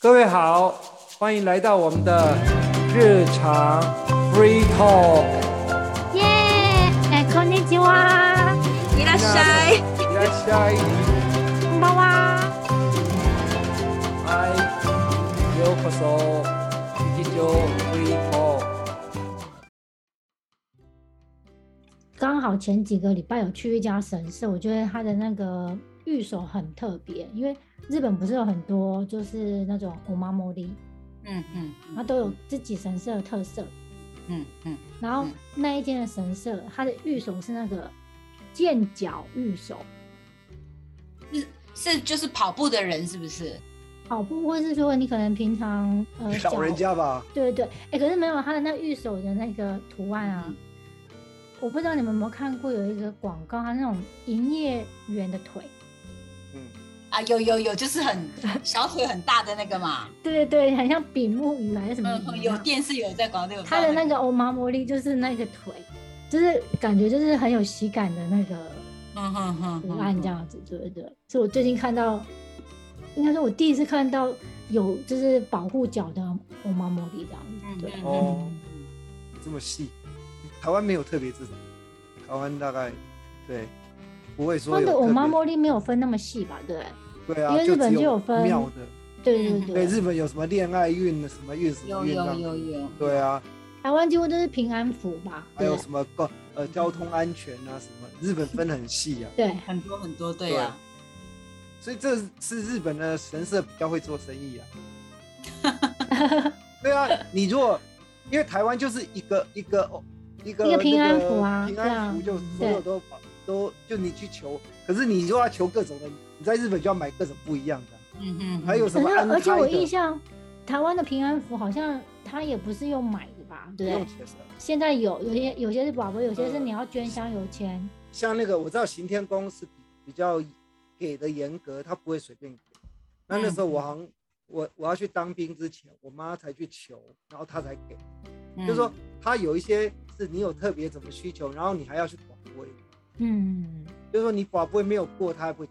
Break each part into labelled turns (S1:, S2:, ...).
S1: 各位好，欢迎来到我们的日常 free talk。
S2: 耶，哎，こんにちは，
S3: 伊拉塞，
S1: いらっしゃい。
S2: こんばんは。
S1: 嗨，ようこそ。日常 free talk。
S2: 刚好前几个礼拜有去一家神社，我觉得它的那个御守很特别，因为日本不是有很多就是那种お妈摩利，
S3: 嗯嗯，
S2: 它都有自己神社的特色。
S3: 嗯嗯，
S2: 然后
S3: 嗯
S2: 那一间的神社，它的御守是那个剑脚御守，
S3: 是就是跑步的人是不是？
S2: 跑步哦或是说你可能平常呃
S1: 老人
S2: 脚
S1: 家吧，
S2: 对对对，哎，可是没有它的那御守的那个图案啊，
S3: 嗯
S2: 我不知道你们有没有看过有一个广告，它那种营业员的腿，
S1: 嗯，
S3: 啊，有有有，就是很小腿很大的那个嘛。
S2: 对对对，很像比目鱼还是什么鱼
S3: 嗯，
S2: 一
S3: 有
S2: 样？
S3: 电视有在广告有
S2: 它的那
S3: 个，
S2: 个欧玛魔力就是那个腿，就是感觉就是很有喜感的那个
S3: 嗯哼哼
S2: 图案这，样子，对对对。是我最近看到，应该是我第一次看到有就是保护脚的欧玛魔力这样
S3: 嗯
S2: 子，对。
S3: 嗯
S1: 哦
S3: 嗯嗯
S1: 这么细。台湾没有特别这种，台湾大概对，不会说
S2: 它
S1: 有
S2: 的欧玛
S1: 特
S2: 魔力没有分那么细吧？对
S1: 别。
S2: 不对
S1: 对啊，
S2: 因为日本
S1: 只
S2: 就有分
S1: 庙的。
S2: 对对
S3: 嗯
S2: 啊
S1: 对，
S2: 对对，
S1: 日本有什么恋爱运、什么运、什么
S3: 有
S1: 运
S3: 有
S1: 浪？
S3: 有有，
S1: 对啊，
S2: 台湾几乎都是平安符吧？
S1: 还
S2: 对
S1: 有
S2: 不对
S1: 什么高呃交通安全啊什么，日本分很细啊，
S2: 对，
S3: 很多很多，对啊，
S1: 所以这是日本的神社比较会做生意啊。 对啊，你如果因为台湾就是一个一个哦一个
S2: 一个平
S1: 那
S2: 安
S1: 个
S2: 符啊
S1: 平
S2: 对啊
S1: 安符就所有
S2: 对
S1: 都把都就你去求，可是你如果要求各种的，你在日本就要买各种不一样的啊，
S3: 嗯嗯，
S1: 还有什
S2: 可
S1: 么
S2: 是
S1: 安
S2: 而且
S1: 胎
S2: 我
S1: 的，
S2: 印象，台湾的平安符好像它也不是用买的吧？
S1: 不
S2: 对不
S1: 用
S2: 对？
S1: 钱的。
S2: 现在有有些有些是宝贝，有些是你要捐香油钱。
S1: 像那个我知道行天宫是比比较给的严格，他不会随便给。那那时候我好像我我要去当兵之前，我妈才去求，然后她才给。
S3: 嗯
S1: 就是说他有一些是你有特别怎么需求，然后你还要去广播，
S2: 嗯，
S1: 就是说你广播没有过，他还不会。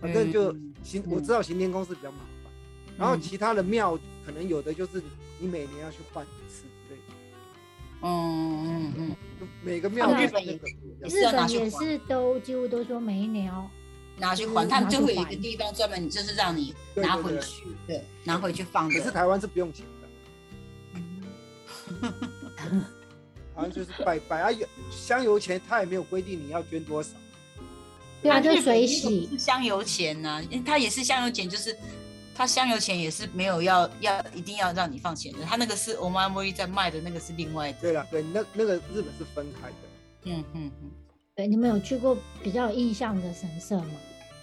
S1: 反正就
S3: 嗯
S1: 行，
S3: 嗯
S1: 我知道行天宫是比较麻烦，然后
S3: 嗯
S1: 其他的庙可能有的就是你每年要去换一次之类的，
S3: 嗯嗯嗯，
S1: 就每个庙
S2: 啊日
S1: 的
S3: 本
S1: 那
S3: 也
S1: 个不一样
S3: 也
S2: 日
S3: 是要拿
S2: 本
S3: 去
S2: 也
S3: 还
S2: 是都几乎都说每一年哦，
S3: 拿去还，他们就会有一个地方专门，就是让你
S1: 对
S3: 拿
S1: 对
S3: 回
S1: 对
S3: 去，对，拿回去放
S1: 可是
S3: 的，
S1: 台湾是不用钱的。好像就是拜拜啊，有香油钱他也没有规定你要捐多少，
S2: 对啊，
S3: 啊
S2: 就
S3: 日本
S2: 水
S3: 那个
S2: 洗
S3: 不。是香油钱呐、因为它也是香油钱，就是它香油钱也是没有要要一定要让你放钱的，它那个是 o m a m o r i 在卖的那个是另外的，
S1: 对了，对，那那个日本是分开的，
S3: 嗯嗯嗯，
S2: 对，你们有去过比较有印象的神社吗？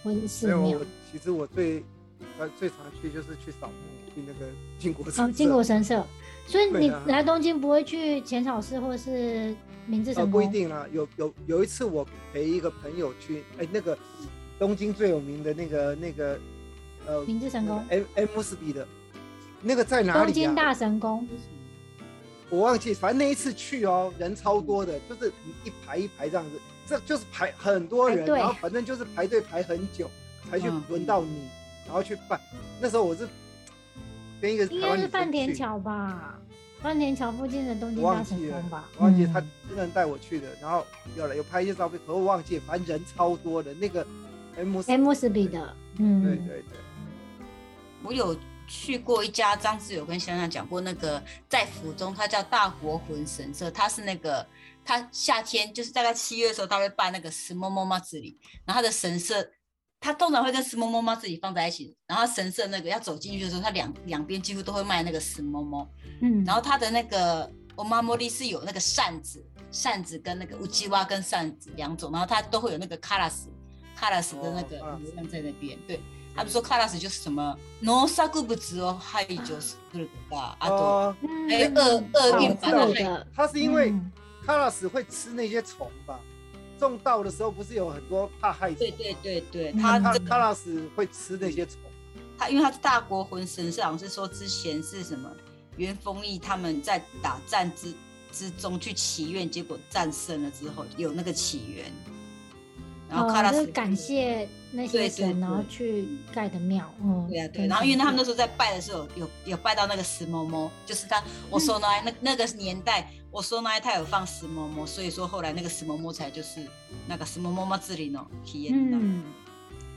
S2: 或者
S1: 所以
S2: 是寺庙哦
S1: 我？其实我最呃最常去就是去扫墓，去那个靖国神
S2: 哦，
S1: 社
S2: 靖国神社。所以
S1: 对
S2: 你
S1: 啊
S2: 来东京不会去浅草寺或是明治
S1: 呃
S2: 神
S1: 不一
S2: 宫？
S1: 定啦，有有有一次我陪一个朋友去，哎、那个东京最有名的那个那个呃
S2: 明治神宫、
S1: M M 斯比的，那个在哪
S2: 东
S1: 里
S2: 京
S1: 啊？
S2: 大神宫。
S1: 我忘记，反正那一次去哦，人超多的，就是一排一排这样子，这就是排很多人
S2: 排，队
S1: 然后反正就是排队排很久才去
S3: 嗯
S1: 轮到你，然后去办。那时候我是跟一个
S2: 应
S1: 台
S2: 该
S1: 湾
S2: 是
S1: 女
S2: 饭
S1: 生
S2: 田
S1: 去，
S2: 桥吧，饭田桥附近的东京
S1: 我
S2: 大
S1: 忘记
S2: 神
S1: 了
S2: 宫吧。
S1: 我忘记
S2: 嗯
S1: 他真人带我去的，然后有了有拍一些照片，可我忘记，反正人超多的，那个 M 斯
S2: M 斯比的，
S1: 对
S2: 嗯，
S1: 对对，
S3: 我有去过一家，张志友跟香香讲过，那个在府中，它叫大国魂神社，它是那个它夏天就是大概七月的时候，它会办那个石摸摸妈子里，然后它的神社。它通常会跟石摸摸妈自己放在一起，然后神社那个要走进去的时候，它两两边几乎都会卖那个石摸摸，
S2: 嗯，
S3: 然后它的那个我妈茉莉是有那个扇子，扇子跟那个乌鸡蛙跟扇子两种，然后它都会有那个卡拉斯，卡拉斯的那个
S1: 哦
S3: 图案在那边。对，他们说卡拉斯就是什么農作物哦を排除するとか、あと
S1: 哦，
S2: 嗯
S3: 还有厄厄哎运
S2: 保
S3: 反
S2: 护
S3: 而
S2: 的，
S1: 他是因为
S2: 嗯
S1: 卡拉斯会吃那些虫吧，种稻的时候不是有很多怕害虫吗？
S3: 对对对对，
S2: 嗯
S3: 它
S1: 他
S3: 这
S1: 卡
S3: 个
S1: 拉斯会吃那些虫，
S3: 它因为它是大国魂神社，好像是说之前是什么袁丰毅他们在打战之之中去祈愿，结果战胜了之后有那个起源。然然后卡拉
S2: 就
S3: 斯
S2: 是哦感谢那些
S3: 对对
S2: 神，然后
S3: 对
S2: 去盖的庙，嗯，
S3: 对啊，对，
S2: 跟
S3: 然后因为
S2: 神
S3: 他们
S2: 父
S3: 那时候在拜的时候，有有拜到那个石嬷嬷，就是他我说呢，那那个年代我说呢，他有放石嬷嬷，所以说后来那个石嬷嬷才就是那个石嬷嬷嘛自里呢体验的，
S2: 嗯，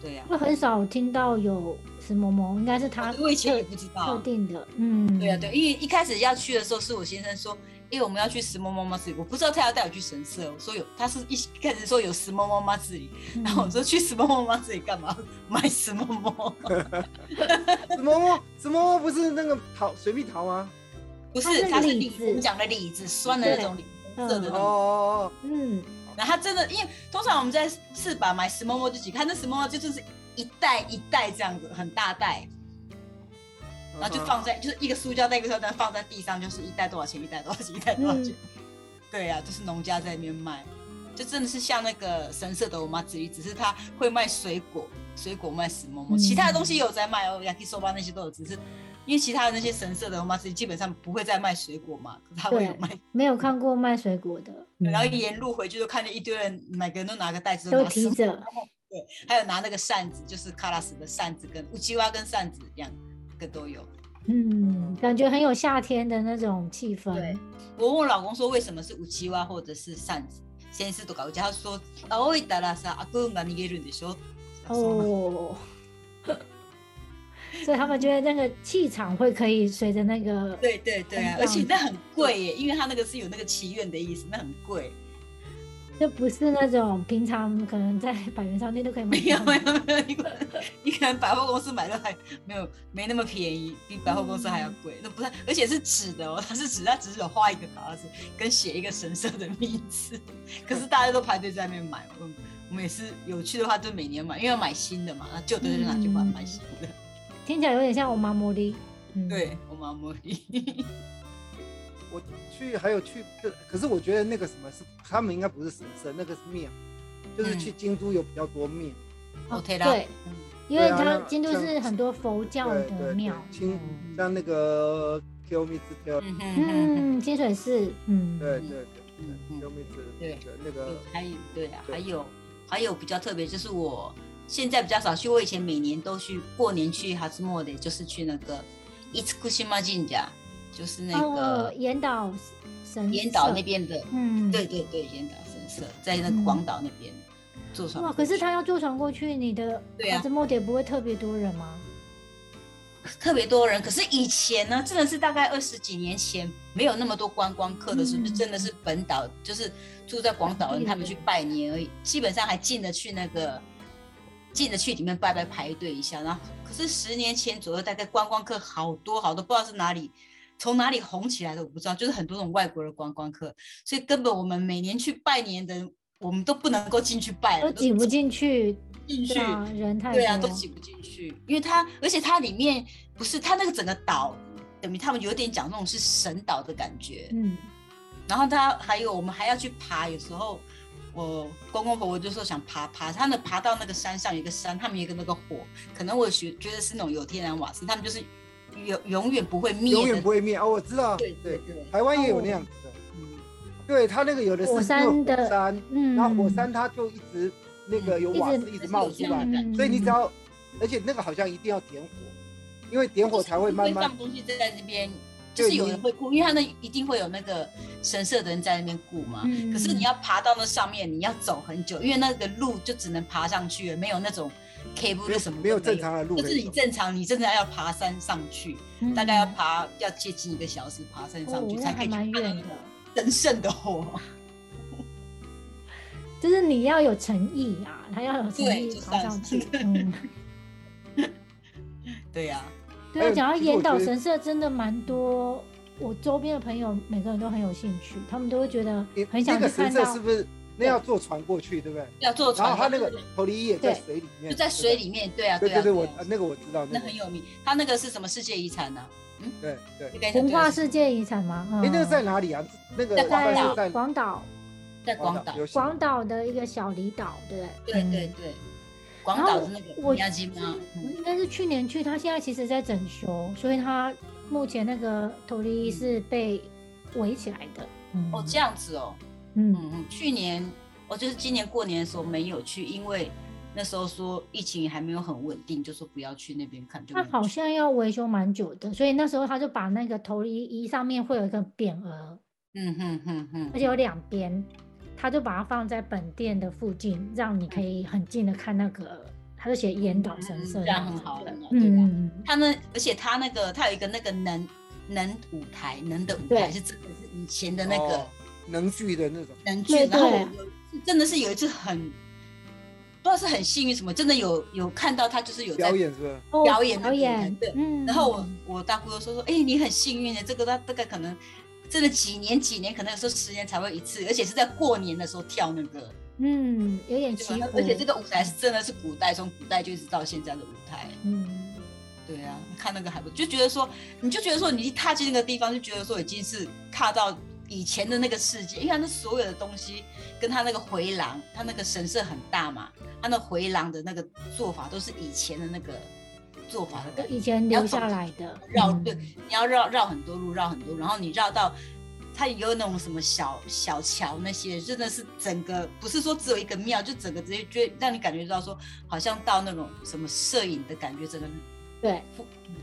S3: 对啊呀、
S2: 我很少听到有石嬷嬷，应该是他
S3: 啊，我以前也
S2: 特
S3: 不知
S2: 特
S3: 道，
S2: 定的，嗯，
S3: 对呀、对，因为一开始要去的时候是我先生说，因为我们要去石嬷嬷嘛自里，我不知道他要带我去神社，我说有，他是一一开始说有石嬷嬷嘛自里，
S2: 嗯，
S3: 然后我说去石嬷嬷嘛自里干嘛？买石嬷嬷？
S1: 什么什么不是那个桃水蜜桃吗？
S3: 不
S2: 它是
S3: 是，它是
S2: 李
S3: 李
S2: 子
S3: 我们讲的李子酸的那种李红色的那
S1: 哦
S3: 种。
S1: 哦
S2: 嗯，
S3: 然后它真的，因为通常我们在市把买石嬷嬷就几看，那石嬷嬷就就是一袋一袋这样子，很大袋，
S2: 嗯
S1: 哦，
S3: 然后就放在就是一个塑胶袋一个塑胶袋放在地上，就是一袋多少钱，一袋多少钱，一袋多少钱。
S2: 嗯
S3: 对呀、啊，就是农家在那边卖，就真的是像那个神社的我妈之一，只是他会卖水果，水果卖石嬷
S2: 嗯
S3: 嬷，其他的东西也有在卖哦，yakisoba 那些都有，只是。因为其他的那些神社的我妈之一基本上不会再卖水果嘛，可是他会有
S2: 对
S3: 卖
S2: 没有看过卖水果的，
S3: 然后
S2: 嗯
S3: 沿路回去就看见一堆人，每个人都拿个袋子，
S2: 都
S3: 拿
S2: 提
S3: 什么
S2: 着，
S3: 还有拿那个扇子，就是卡拉斯的扇子跟乌鸡蛙跟扇子两个都有。
S2: 嗯，感觉很有夏天的那种气氛，
S3: 对我问我老公说为什么是乌鸡蛙或者是扇子，先是都搞乌鸡，他说啊，我打了啥阿公把你给忍的时候，
S2: 哦，
S3: 哦，
S2: 所以他们觉得那个气场会可以随着那个，
S3: 对对对
S2: 很
S3: 啊，
S2: 棒
S3: 而且那很贵耶，因为他那个是有那个祈愿的意思，那很贵。
S2: 就不是那种平常可能在百元商店都可以买
S3: 没有
S2: 到
S3: 没
S2: 的，
S3: 有没有，你可能你可能百货公司买的还没有没那么便宜，比百货公司还要贵。那不是，而且是纸的哦，它是纸，它只是有画一个卡拉斯跟写一个神社的名字。可是大家都排队在那边买，我们我们也是有去的话就每年买，因为要买新的嘛，那啊旧的就拿去换
S2: 嗯
S3: 买新的。
S2: 听起来有点像我妈茉莉，嗯，
S3: 对，我妈摸你。
S1: 我去还有去，可可是我觉得那个什么是他们应该不是神社，那个是庙，就是
S3: 嗯
S1: 去京都有比较多庙，
S2: 哦
S3: OK 啦，
S2: 对，
S3: 嗯
S2: 因为
S1: 对啊
S2: 它
S1: 那
S2: 京都
S1: 像
S2: 是很多佛教
S1: 对
S2: 的
S1: 对
S2: 庙
S1: 对，，清
S2: 嗯
S1: 像那个 Q 米之 Q，
S3: 嗯哼哼
S2: 嗯，清水寺，嗯，
S1: 对对对
S3: 嗯
S1: 对
S3: 嗯
S1: ，Q 米之
S3: 对
S1: 对那个
S3: 还有对啊，
S1: 对
S3: 还有还有比较特别，就是我现在比较少去，我以前每年都去过年去哈兹莫的，就是去那个伊兹库西马神社，就是那
S2: 哦
S3: 个，
S2: 岩岛神
S3: 岩岛
S2: 社
S3: 那，边的，
S2: 嗯，
S3: 对。对对，岩岛神社在那个广岛那边坐船
S2: 哇！
S3: 过去。
S2: 可是他要坐船过去，你的
S3: 对啊
S2: 这末点不会特别多人吗？
S3: 特别多人，可是以前呢，真的是大概二十几年前没有那么多观光客的时候，
S2: 嗯
S3: 就真的是本岛就是住在广岛的人，
S2: 嗯
S3: 他们去拜年而已，基本上还进得去那个进得去里面拜拜排队一下。然后可是十年前左右，大概观光客好多好多，不知道是哪里从哪里红起来的，我不知道，就是很多那种外国的观光客，所以根本我们每年去拜年的人，我们都不能够进去拜
S2: 都
S3: 了，
S2: 挤不进去，
S3: 进去
S2: 对。啊，人太多。
S3: 对啊，都挤不进去，因为它，而且它里面不是它那个整个岛，等于他们有点讲那种是神岛的感觉。
S2: 嗯，
S3: 然后它还有我们还要去爬，有时候我公公婆婆就说想爬爬，他们爬到那个山上有一个山，他们有一个那个火，可能我觉觉得是那种有天然瓦斯，他们就是永永远不会灭的，
S1: 永远不会灭哦，我知道，
S3: 对对
S1: 对，
S3: 对，嗯
S1: 台湾也有那样子的，对他那个有的是
S2: 哦火山
S1: 因为火
S2: 的
S1: 山，
S2: 嗯，
S1: 然后火山它就一直那个
S3: 嗯
S1: 有
S2: 一
S1: 瓦
S2: 直
S1: 斯一
S3: 一
S1: 直冒出
S2: 样
S1: 来
S2: 的，
S3: 啊
S1: 所以你只
S2: 嗯
S1: 要，而且那个好像一定要点火，因为点火才会慢慢
S3: 放东西在那边，就是
S1: 对
S3: 有
S1: 你
S3: 人会顾，因为他那一定会有那个神社的人在那边顾嘛。
S2: 嗯
S3: 可是你要爬到那上面，你要走很久，因为那个路就只能爬上去了，没有那种 K 步
S1: 没
S3: 是
S1: 有
S3: 什么都
S1: 没有正，常的路可
S3: 就是
S1: 以
S3: 你
S1: 走，
S3: 正常，你正常要爬山上去，
S2: 嗯
S3: 大概要爬要接近一个小时爬山上
S2: 哦
S3: 去，
S2: 那
S3: 才可
S2: 还
S3: 以去
S2: 蛮
S3: 看到
S2: 远
S3: 那
S2: 的
S3: 个，神圣的火。
S2: 就是你要有诚意啊，他要有诚
S3: 对
S2: 意
S3: 就
S2: 爬
S3: 算
S2: 上
S3: 是
S2: 去。 嗯，
S3: 对呀、
S2: 对
S1: 还
S2: 啊，
S1: 有
S2: 讲到
S1: 其实我
S2: 岩岛
S1: 觉得
S2: 神社，真的蛮多。我周边的朋友每个人都很有兴趣，他们都会觉得
S1: 你
S2: 很想
S1: 那个
S2: 去看
S1: 神社
S2: 到
S1: 是。不是那要坐船过去，对不对？
S3: 要坐
S1: 然
S3: 船
S1: 后
S3: 过
S1: 它
S3: 去，
S1: 那个头里也在
S2: 对
S1: 水里面，
S3: 就在水里面，对啊，
S1: 对
S3: 啊，
S1: 对对，我
S3: 啊
S1: 呃那个我知道，那
S3: 那
S1: 个
S3: 很有名。它那个是什么世界遗产呢？
S1: 对对。
S3: 应该是
S2: 文化世界遗产吗？嗯
S1: 哎，那个在哪里啊？那个
S3: 在
S1: 大概是
S2: 在广岛，
S3: 在广岛，
S1: 啊有
S2: 广岛的一个小离岛，对不
S3: 对
S2: 嗯
S3: 对对，广岛是那个
S2: 我
S3: 米亚基吗？嗯
S2: 我应该是去年去，他现在其实在整修，所以他目前那个头利是被围起来的。嗯
S3: 哦，这样子哦，
S2: 嗯，
S3: 嗯嗯，去年哦，就是今年过年的时候没有去，因为那时候说疫情还没有很稳定，就说不要去那边看。就没
S2: 它
S3: 有
S2: 好
S3: 去
S2: 像要维修蛮久的，所以那时候他就把那个头衣衣上面会有一个匾额，
S3: 嗯哼哼哼，
S2: 而且有两边，他就把它放在本店的附近，让你可以很近的看那个，他就写岩岛神社
S3: 嗯这
S2: 样
S3: 样
S2: 子的，
S3: 很好很好对吧
S2: 嗯，
S3: 他呢，而且他那个他有一个那个能能舞台，能的舞台
S2: 对
S3: 是真的是以前的那个
S1: 哦能剧的那种，
S3: 能剧，
S2: 对
S3: 然后我
S2: 对
S3: 有一次真的是有一次很不知道是很幸运什么，真的有有看到他就是有在
S1: 表演是不是？
S2: 哦
S3: 表演的
S2: 表
S3: 舞台
S2: 演，
S3: 对
S2: 嗯，
S3: 然后我我大姑又说说，哎、你很幸运的，这个他这个可能真的几年几年，可能有时候十年才会一次，而且是在过年的时候跳那个，
S2: 嗯，有点
S3: 对吧
S2: 起伏，
S3: 而且这个舞台是真的是古代，从古代就一直到现在的舞台，
S2: 嗯，
S3: 对啊，看那个还不就觉得说，你就觉得说你一踏进那个地方，就觉得说已经是踏到以前的那个世界，因为他那所有的东西跟他那个回廊，他那个神社很大嘛，他那回廊的那个做法都是以前的那个做法的
S2: 就
S3: 感觉。
S2: 以前留下来的，
S3: 绕
S2: 嗯
S3: 对，你要绕绕很多路，绕很多路，然后你绕到它有那种什么小小桥那些，真的是整个不是说只有一个庙，就整个直接觉得让你感觉到说好像到那种什么摄影的感觉，整个
S2: 对，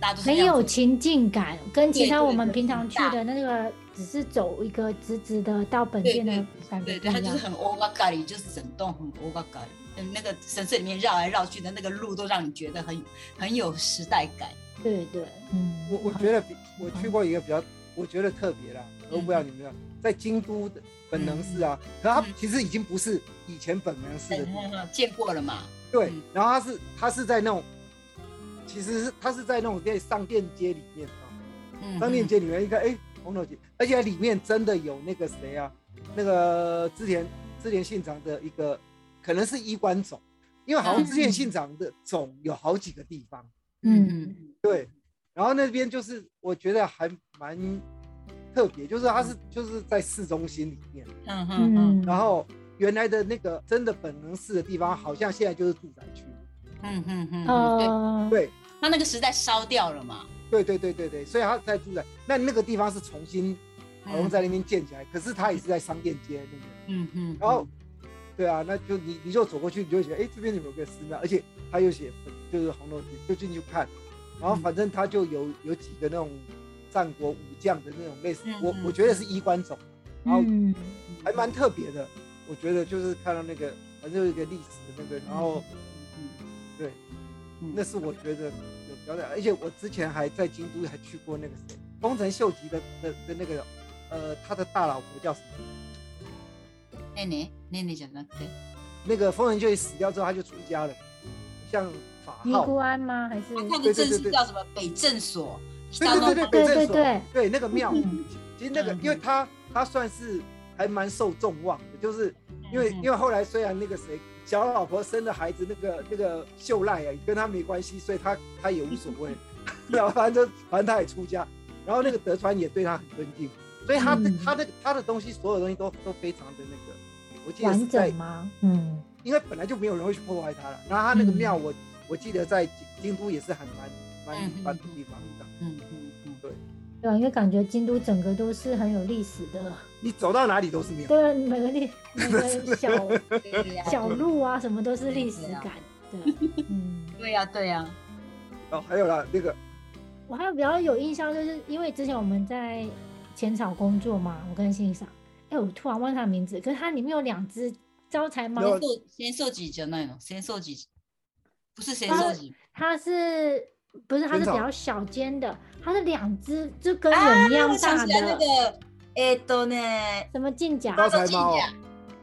S3: 大家都是
S2: 很
S3: 那样
S2: 有
S3: 子
S2: 情境感，跟其
S3: 对
S2: 他
S3: 对
S2: 我们
S3: 对
S2: 平常
S3: 很
S2: 去的那个只是走一个直直的到本
S3: 对
S2: 店
S3: 对
S2: 的感觉
S3: 对
S2: 不
S3: 对，它
S2: 一
S3: 就
S2: 样
S3: 是，很 o v e r g a r 就是整栋很 o v e r g a r 嗯，那个神社里面绕来绕去的那个路都让你觉得很很有时代感。
S2: 对对，嗯，
S1: 我我觉得比我去过一个比较，我觉得特别啦，我不知道
S3: 嗯
S1: 你们有没有在京都的本能寺啊，可它其实已经不是以前本能寺的地方，
S3: 见过了嘛？
S1: 对
S3: 嗯，
S1: 然后它是它是在那种，其实是它是在那种在上店街里面啊，
S3: 嗯，
S1: 商店街里面一看，哎、红头姐，而且里面真的有那个谁啊，那个织田织田信长的一个，可能是衣冠冢，因为好像织田信长的冢有好几个地方，
S2: 嗯
S1: 对，然后那边就是我觉得还蛮特别，就是它是就是在市中心里面，
S3: 嗯嗯嗯
S2: 嗯，
S1: 然后原来的那个真的本能寺的地方，好像现在就是住宅区，
S3: 嗯嗯嗯，对，
S2: 呃，
S1: 对。
S3: 它那个时代烧掉了嘛。
S1: 对对对对对，所以他在住宅，那那个地方是重新好像在那边建起来，可是它也是在商店街那边。
S3: 嗯嗯，
S1: 然后，对啊，那就你你就走过去，你就会觉得，哎，这边有个寺庙，而且他又写就是红楼就进去看，然后
S3: 嗯
S1: 反正他就有有几个那种战国武将的那种类似，
S3: 嗯
S1: 我
S3: 嗯
S1: 我觉得是衣冠冢，然后
S2: 嗯，
S1: 还蛮特别的，我觉得就是看到那个反正有一个历史的那个，然后对，
S3: 嗯
S1: 那是我觉得有表演，而且我之前还在京都还去过那个谁，丰臣秀吉的的的那个，呃，他的大老婆叫什么？
S3: ねねねねじゃなくて
S1: 那个丰臣秀吉死掉之后，他就出家了，像法
S2: 尼
S1: 号
S2: 姑，庵吗？还是
S3: 他他
S1: 对对
S3: 的正
S1: 对
S3: 是
S1: 对
S3: 叫什么北镇所，
S1: 对
S3: 到
S1: 对对
S3: 那
S1: 对，北
S3: 种
S2: 对
S1: 镇
S2: 对
S1: 所，
S2: 对
S1: 对那个庙
S2: 嗯，
S1: 其实那个
S3: 嗯
S1: 因为他他算是还蛮受众望的，就是因为
S3: 嗯嗯
S1: 因为后来虽然那个谁小老婆生的孩子那个那个秀赖啊跟他没关系，所以他他也无所 谓，然后反正反正他也出家，然后那个德川也对他很尊敬，所以他的
S2: 嗯
S1: 他的他的东西所有东西都都非常的那个，我记得是
S2: 完
S1: 在
S2: 整吗？嗯，
S1: 因为本来就没有人会去破坏它了。然后它那个
S2: 嗯
S1: 庙我，我、记得在京京都也是很蛮
S3: 嗯
S1: 蛮
S3: 嗯
S1: 蛮的地方的。
S3: 嗯嗯嗯，
S2: 对啊，因为感觉京都整个都是很有历史的，
S1: 你走到哪里都是庙。
S2: 对啊，每个历每个小
S3: 对呀，
S2: 小路啊，什么都是历史
S3: 对啊
S2: 感，对，嗯。
S3: 对呀对呀，
S1: 哦，还有啦，那个
S2: 我还有比较有印象，就是因为之前我们在浅草工作嘛，我跟欣赏，哎、我突然忘他的名字，可是它里面有两只招财猫，
S1: 有
S3: そう戦争時じゃないの？戦争時不是戦
S2: あ
S3: 争時，
S2: 它是不是它
S1: 浅
S2: 是比
S1: 草
S2: 较小间的，它是两只就跟
S3: 啊
S2: 人一样
S3: 我想
S2: 大
S3: 起
S2: 的，
S3: 来那个，えっとね、
S2: 什么进甲
S1: 招财猫哦，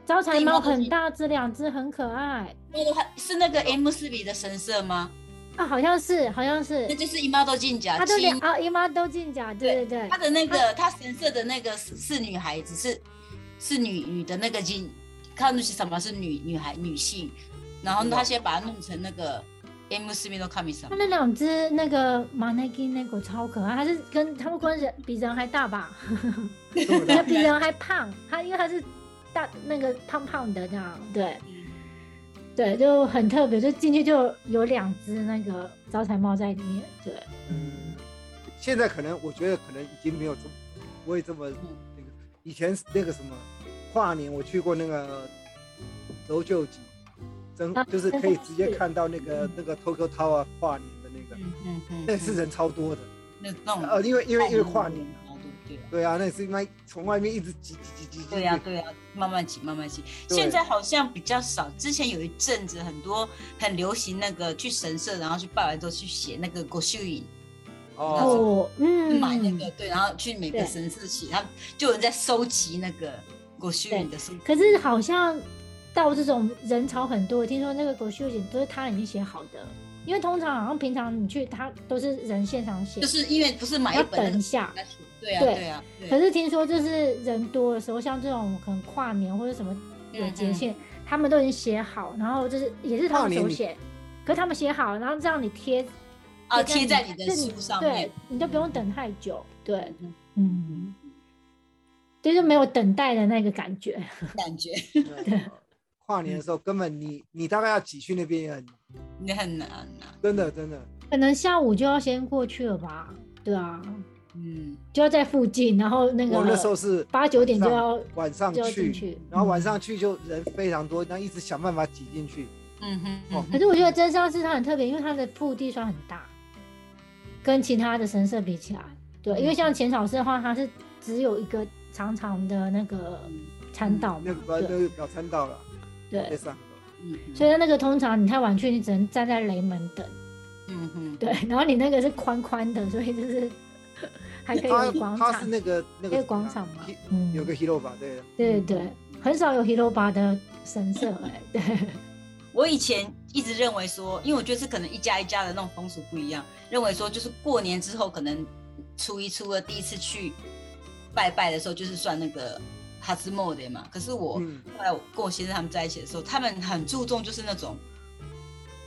S2: 招财
S3: 金
S2: 猫
S3: 猫的
S2: 很
S3: 金
S2: 大只，两只很可爱
S3: 那个是那个 M 四比的神社吗？
S2: 啊，好像是好像是
S3: 那，就是伊妈都进甲
S2: 它都两
S3: 亲，
S2: 啊姨妈都进甲，对对对
S3: 他，的那个他神社的那个是是女孩子，是是女女的那个进，看那是什么是女女孩女性，然后
S1: 嗯
S3: 他先把它弄成那个 M 四比的卡米
S2: 它
S3: 桑。
S2: 那两只那个马奈基那狗超可爱，它是跟它们跟人比人还大 吧？
S1: 对不
S2: 它
S1: 对？
S3: 啊
S2: 比人还胖，它因为它是大那个胖胖的这样，对对，就很特别，就进去就有两只那个招财猫在里面，对，
S1: 嗯，现在可能我觉得可能已经没有这么不会这么那个。以前那个什么跨年，我去过那个搜救集，真
S2: 啊
S1: 就是可以直接
S2: 真的是
S1: 看到那个
S2: 嗯
S1: 那个 Tokyo Tower 啊跨年的那个，
S3: 嗯嗯嗯，
S1: 那是人超多的。
S3: 那那种
S1: 呃，因为因为因为跨年，
S3: 啊，对对啊
S1: 对啊，那也是因为从外面一直挤挤挤挤挤。
S3: 对啊呀、对呀、慢慢起，慢慢起。
S1: 对
S3: 现在好像比较少，之前有一阵子很多很流行那个去神社，然后去拜完之后去写那个国秀影，
S1: 哦，
S2: 哦，嗯，
S3: 买那个对，然后去每个
S2: 对
S3: 神社写，他们就有人在收集那个国秀影的收集。
S2: 可是好像到这种人潮很多，听说那个狗秀景都是他已经写好的，因为通常好像平常你去他都是人现场写，
S3: 就是因为不是买
S2: 要
S3: 一本那
S2: 等
S3: 个
S2: 一下。
S3: 拿去对啊
S2: 对
S3: 对啊，对
S2: 可是听说就是人多的时候，像这种可能跨年或者什么
S3: 嗯
S2: 有节庆，他们都已经写好，然后就是也是他
S1: 跨
S2: 们
S1: 年
S2: 手
S1: 你
S2: 写，可是他们写好，然后让你贴
S3: 啊，贴在你的
S2: 是
S3: 书上面
S2: 对，，你就不用等太久，对，
S3: 嗯
S2: 嗯，就是没有等待的那个感觉，
S3: 感觉
S1: 对跨年的时候根本你你大概要挤去那边也很难，
S3: 你很难啊。
S1: 真的真的。
S2: 可能下午就要先过去了吧，对啊，
S3: 嗯，
S2: 就要在附近，然后那个
S1: 我那时候是
S2: 八九点就要
S1: 晚上
S2: 就要
S1: 去，
S2: 进去，
S1: 然后晚
S2: 嗯。
S1: 上去就人非常多，然后一直想办法挤进去。
S3: 嗯哼，
S1: 哦
S2: 可是我觉得真上寺它很特别，因为它的腹地算很大，跟其他的神社比起来，对，啊
S1: 嗯
S2: 因为像浅草寺的话，它是只有一个长长的那个参道
S1: 嗯那
S2: 嘛，
S1: 个那个表参道了，
S2: 对
S1: 在
S2: 对，
S1: 上。
S3: 嗯哼
S2: 所以它那个通常你太晚去，你只能站在雷门等。
S3: 嗯哼，
S2: 对，然后你那个是宽宽的，所以就是 还可以
S1: 它
S2: 有广
S1: 它是
S2: 场，
S1: 那个那个
S2: 那个广场嘛
S1: 一
S2: 嗯
S1: 有个 hero 吧，对，
S2: 对对对，很少有 Hiroba 的神社哎、对，
S3: 我以前一直认为说，因为我觉得是可能一家一家的那种风俗不一样，认为说就是过年之后可能初一初二第一次去拜拜的时候，就是算那个哈兹莫的嘛。可是我
S1: 嗯，
S3: 后来我跟我先生他们在一起的时候，他们很注重就是那种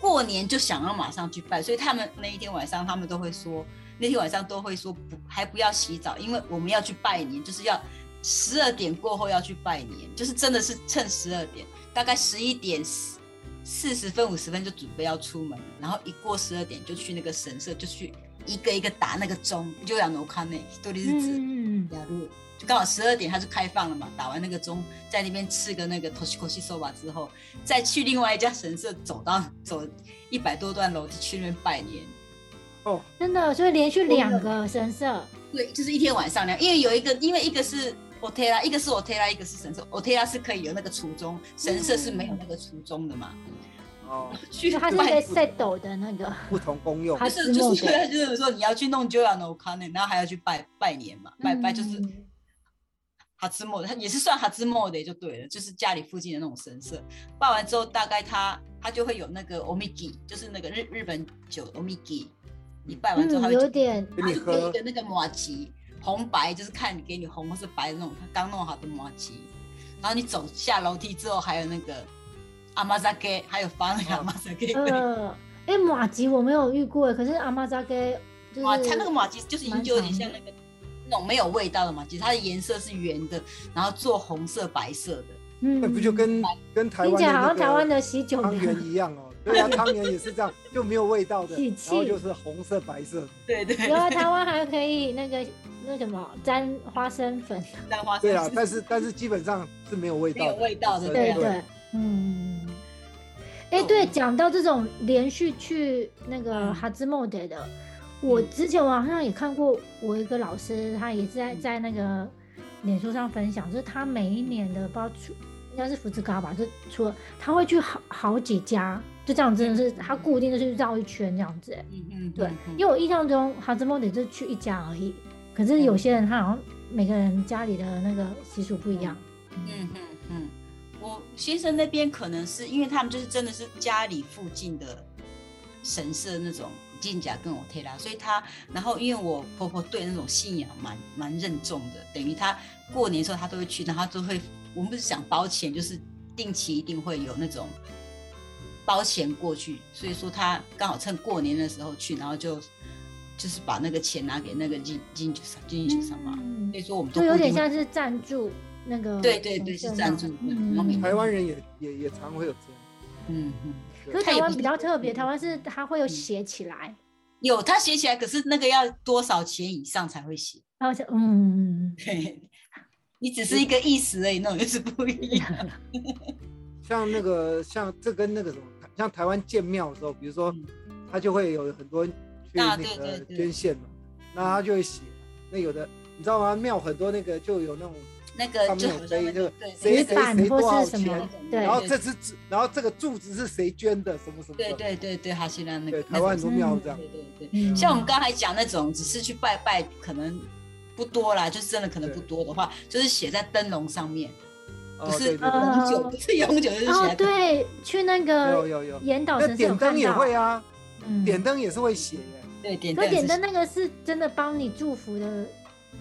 S3: 过年就想要马上去拜，所以他们那一天晚上他们都会说，那天晚上都会说不还不要洗澡，因为我们要去拜年，就是要十二点过后要去拜年，就是真的是趁十二点，大概十一点四四十分五十分就准备要出门，然后一过十二点就去那个神社，就去一个一个打那个钟，就要挪看那，到底是指。
S2: 嗯，
S3: 雅路，就刚好十二点它就开放了嘛，打完那个钟，在那边吃个那个 Toshikoshi soba 之后，再去另外一家神社走到走一百多段楼梯去那边拜年。
S1: 哦，
S2: 真的，所以连续两个神社，
S3: 对，就是一天晚上两，因为有一个，因为一个是 Otera，一个是 Otera，一个是神社。Otera 是可以有那个初衷，神社是没有那个初衷的嘛。
S1: 哦，
S3: 去
S2: 就它是一
S3: 拜
S2: 个 set 的那个，
S1: 不同功用
S2: 它，
S3: 就是就是就是说你要去弄 j o y a no k a n 然后还要去拜拜年嘛，拜拜就是
S2: 嗯
S3: 哈兹莫的，他也是算哈兹莫的就对了，就是家里附近的那种神社。拜完之后，大概他他就会有那个 omigi，就是那个日日本酒 omigi。你拜完之后，
S2: 嗯，
S3: 他会
S2: 有
S3: 就
S2: 点
S1: 给
S3: 他
S1: 你
S3: 就给你一
S1: 喝
S2: 嗯
S3: 个那个马吉，红白就是看给你红或是白的那种，他刚弄好的马吉。然后你走下楼梯之后，还有那个阿玛扎给，还有放那个阿玛扎给。
S2: 呃，哎、马吉我没有遇过，可是阿妈扎给就是
S3: 哇，它那个马吉就是已
S2: 嗯
S3: 经
S2: 蛮
S3: 就有点
S2: 长
S3: 像那个那种没有味道的马吉，它的颜色是圆的，然后做红色、白色的。
S2: 嗯
S1: 那不就跟跟台
S2: 听
S1: 湾
S2: 起
S1: 的
S2: 来好
S1: 那
S2: 像台湾
S1: 个
S2: 的喜酒
S1: 汤圆
S2: 的，
S1: 一样哦？对啊，汤圆也是这样，就没有味道的，
S2: 喜
S1: 然
S2: 庆
S1: 后就是红色、白色的，
S3: 对对，
S2: 然后啊台湾还可以那个那什么沾花生粉。
S3: 蛋花
S1: 对
S3: 生
S1: 啊
S3: 是，
S1: 但是但是基本上是没有味道的，
S3: 没有味道的
S2: 对
S1: 对
S2: 对，嗯。哎、对，讲到这种连续去那个
S3: 嗯
S2: 哈兹莫德的，我
S3: 嗯
S2: 之前我好像也看过，我一个老师他也是在在那个脸书上分享，就是他每一年的不知道出应该是福子高吧，就除了他会去好好几家，就这样真的是他固定的去绕一圈这样子、哎
S3: 嗯嗯，
S2: 对
S3: 嗯，嗯
S2: 因为我印象中哈兹莫德就去一家而已，可是有些人他好像每个人家里的那个习俗不一样，
S3: 嗯嗯嗯，我先生那边可能是因为他们就是真的是家里附近的神社那种进甲跟我推拉，所以他然后因为我婆婆对那种信仰蛮蛮认重的，等于她过年的时候她都会去，然后她都会我们不是想包钱，就是定期一定会有那种包钱过去，所以说她刚好趁过年的时候去，然后就就是把那个钱拿给那个进进酒商进酒商嘛，
S2: 嗯
S3: 所以说我们都
S2: 就有
S3: 固
S2: 点
S3: 定会
S2: 像是赞助那个
S3: 对对对
S2: 神社
S3: 是
S2: 那
S3: 赞
S2: 样
S3: 助的
S2: 嗯
S3: 然后每
S1: 台湾人也也也常会有这样。
S3: 嗯嗯。
S2: 可是
S3: 它
S2: 台
S3: 也不
S2: 湾
S3: 是
S2: 比较
S3: 固
S2: 特别，
S3: 定嗯
S2: 台湾是它会有写起来，
S3: 有，他写起来，可是那个要多少钱以上才会写？
S2: 然后是嗯， 嗯
S3: 对，你只是一个意思而已，那种就是不一样。
S1: 像那个像这跟那个什么，像台湾建庙的时候，比如说他就会有很多人去那
S3: 啊对对
S1: 个
S3: 对
S1: 捐献嘛，那他就会写，那有的你知道吗？庙很多那个就有那种
S3: 那个
S1: 上
S3: 就
S1: 面
S3: 好
S1: 有
S3: 像
S1: 碑
S3: 那
S1: 就
S3: 个对
S1: 谁
S3: 那
S1: 谁
S3: 个
S2: 饭
S1: 谁
S2: 或
S1: 多少
S2: 是什么
S1: 钱，
S2: 对
S1: 然后这只纸，然后这个柱子是谁捐的，什么什么
S3: 对
S1: 的，
S3: 对对对，好像那
S1: 对，
S3: 个
S1: 台湾很多庙这样，
S3: 对对对，
S2: 嗯
S3: 像我们刚才讲那种，只是去拜拜，可能不多啦，就是真的可能不多的话，就是写在灯笼上面，
S1: 哦
S3: 嗯不是
S1: 对对对
S2: 呃
S3: 永久，不是永久，就是
S2: 哦
S3: 写，在
S2: 对，去那
S1: 有
S2: 个
S1: 有有，
S2: 岩岛
S1: 那
S2: 神社有
S1: 点灯
S2: 看
S1: 也
S2: 到，
S1: 会啊，
S2: 嗯
S1: 点灯也是会写耶，
S3: 对点
S2: 可
S3: 灯，
S2: 是点灯那个是真的帮你祝福的，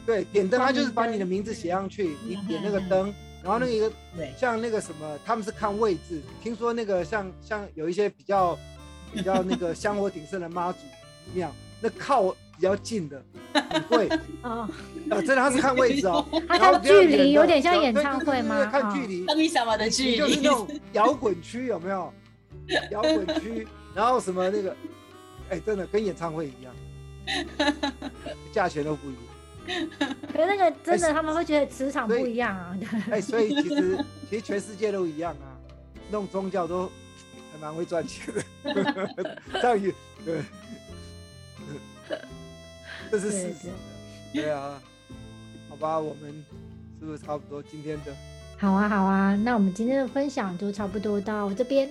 S1: 对，点灯
S2: 帮
S1: 它就是
S2: 你
S1: 把
S2: 灯
S1: 你的名字写上去，你点那个
S3: 嗯嗯嗯
S1: 灯，然后那个
S3: 对
S1: 像那个什么，他们是看位置。听说那个像像有一些比较比较那 个香火鼎盛的妈祖庙，那靠比较近的很贵啊，
S2: 哦，
S1: 真的他是看位置 哦。
S2: 它
S1: 然后
S2: 看
S1: 不要
S2: 距
S1: 点灯
S2: 离有点像
S1: 对
S2: 演
S1: 对
S2: 唱
S1: 对
S2: 会
S1: 对对
S2: 吗？
S1: 看
S2: 哦
S1: 距离，
S3: 神秘什么的距
S1: 就是
S3: 离
S1: 那， 种摇滚区有没有？摇滚区，然后什么那个，哎，真的跟演唱会一 样，价钱都不一样。
S2: 可是那个真
S1: 哎
S2: 的，他们会觉得磁场
S1: 所以
S2: 不一样啊。
S1: 哎，所以其实其实全世界都一样啊，弄宗教都还蛮会赚钱的， 这样也对，这是事实。对啊，好吧，我们是不是差不多今天的？
S2: 好啊，好啊，那我们今天的分享就差不多到这边。